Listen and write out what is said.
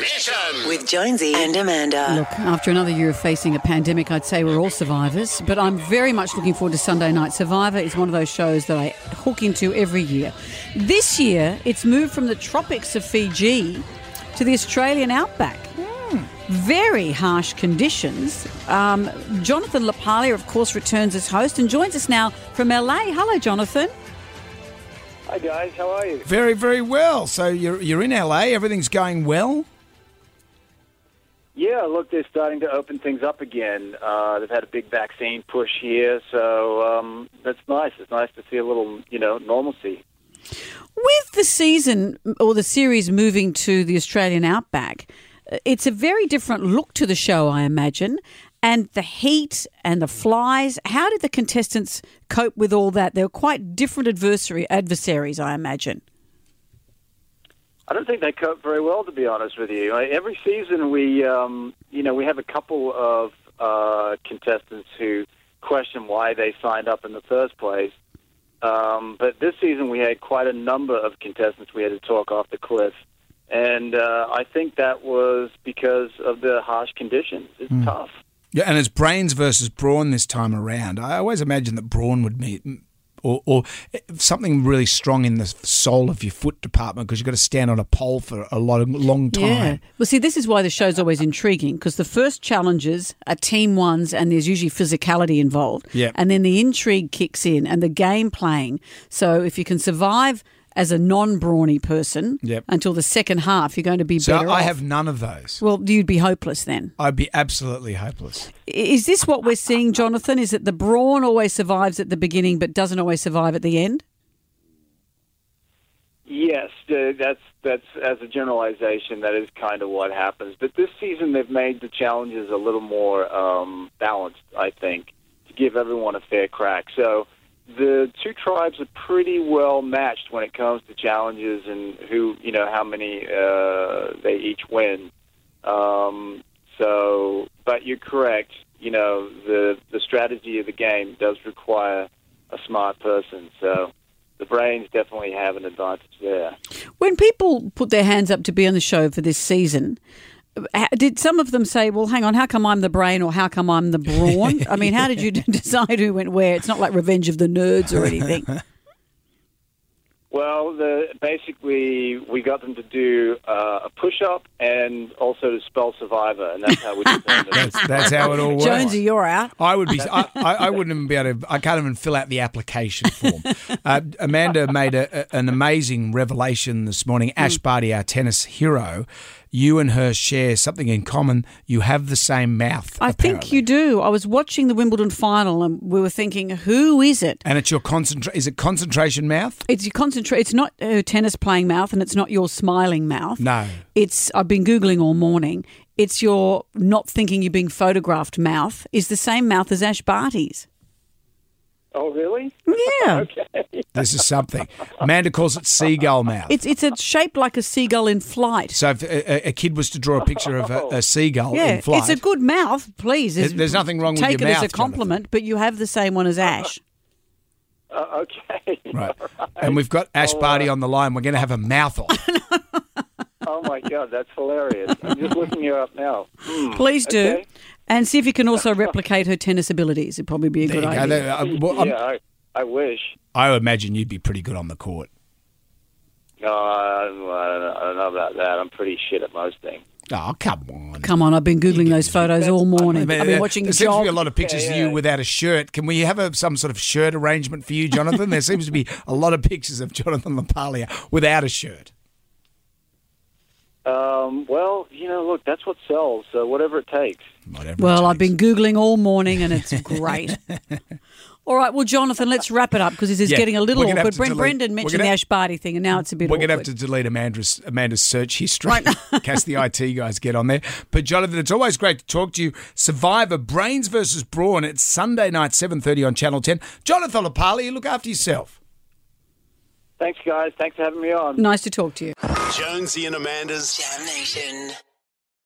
Mission. with Jonesy and Amanda. Look, after another year of facing a pandemic, I'd say we're all survivors, but I'm very much looking forward to Sunday Night Survivor. It's one of those shows that I hook into every year. This year, it's moved from the tropics of Fiji to the Australian outback. Very harsh conditions. Um, Jonathan Lapalia, of course, returns as host and joins us now from LA. Hello, Jonathan. Hi guys, how are you? Very, very well. So you're you're in LA. Everything's going well. Yeah, look, they're starting to open things up again. Uh, they've had a big vaccine push here, so um, that's nice. It's nice to see a little, you know, normalcy. With the season or the series moving to the Australian outback, uh, it's a very different look to the show, I imagine. And the heat and the flies. How did the contestants cope with all that? They're quite different adversary adversaries, I imagine. I don't think they cope very well, to be honest with you. I, every season, we, um, you know, we have a couple of uh, contestants who question why they signed up in the first place. Um, but this season, we had quite a number of contestants we had to talk off the cliff, and uh, I think that was because of the harsh conditions. It's tough. Yeah, and it's brains versus brawn this time around. I always imagine that brawn would meet. Or, or something really strong in the sole of your foot department because you've got to stand on a pole for a lot of, long time. Well, see, this is why the show's always intriguing because the first challenges are team ones and there's usually physicality involved. Yeah. And then the intrigue kicks in and the game playing. So if you can survive as a non brawny person Yep. until the second half, you're going to be So better. I off. have none of those. Well, you'd be hopeless then. I'd be absolutely hopeless. I- Is this what we're seeing, Jonathan? Is that the brawn always survives at the beginning but doesn't always survive at the end? Yes, uh, that's that's as a generalization. That is kind of what happens. But this season, they've made the challenges a little more um, balanced. I think to give everyone a fair crack. So the two tribes are pretty well matched when it comes to challenges and who you know how many uh, they each win. Um, so, but you're correct. You know the the strategy of the game does require a smart person. So the brains definitely have an advantage there. When people put their hands up to be on the show for this season, h- did some of them say, "Well, hang on, how come I'm the brain or how come I'm the brawn?" I mean, how did you decide who went where? It's not like Revenge of the Nerds or anything. Well, the, basically, we got them to do uh, a push up and also to spell survivor, and that's how we determined. That's, that's how it all works. Jonesy, you're out. I would be. I, I, I wouldn't even be able to. I can't even fill out the application form. Uh, Amanda made a, a- an amazing revelation this morning. Hmm. Ash Barty, our tennis hero, you and her share something in common. You have the same mouth. I think apparently. you do. I was watching the Wimbledon final and we were thinking, "Who is it?" And it's your concentra- Is it concentration mouth? It's your concentrate. It's not her tennis playing mouth, and it's not your smiling mouth. No. It's I've been googling all morning. It's your not thinking you're being photographed mouth is the same mouth as Ash Barty's. oh, really? Yeah. This is something. Amanda calls it seagull mouth. It's it's a shaped like a seagull in flight. so if a, a- a kid was to draw a picture of a, a seagull yeah, in flight, it's a good mouth. Please, There- there's nothing wrong with take your it as mouth, a compliment, but you have the same one as Ash. Uh, okay. right? And we've got Ash Barty on the line. We're going to have a mouth off. Oh my God, that's hilarious! I'm just looking you up now. Hmm. Please do, okay. and see if you can also replicate her tennis abilities. It'd probably be a There good you go. idea. There- I- well, I'm- yeah, I, I wish. I imagine you'd be pretty good on the court. No, I, I, don't know, I don't know about that. I'm pretty shit at most things. Oh, come on. Come on, I've been googling those photos all morning. I've been watching uh, There seems to Joel. be a lot of pictures of you without a shirt. Can we have a, some sort of shirt arrangement for you, Jonathan? there seems to be a lot of pictures of Jonathan Lapalia without a shirt. Um, well, you know, look, that's what sells. So whatever it takes. Whatever it well, I've takes. been googling all morning, and it's great. all right, well, Jonathan, let's wrap it up because this is Yeah, getting a little we're gonna awkward. have to Bren- delete- Brendan we're mentioned gonna- the Ash Barty thing, and now it's a bit. We're going to have awkward. to delete Amanda's, Amanda's search history. Cast the IT guys get on there. But Jonathan, it's always great to talk to you. Survivor Brains versus Brawn. It's Sunday night, seven thirty on Channel Ten. Jonathan Lapalia, look after yourself. Thanks, guys. Thanks for having me on. Nice to talk to you. Jonesy and Amanda's Damnation.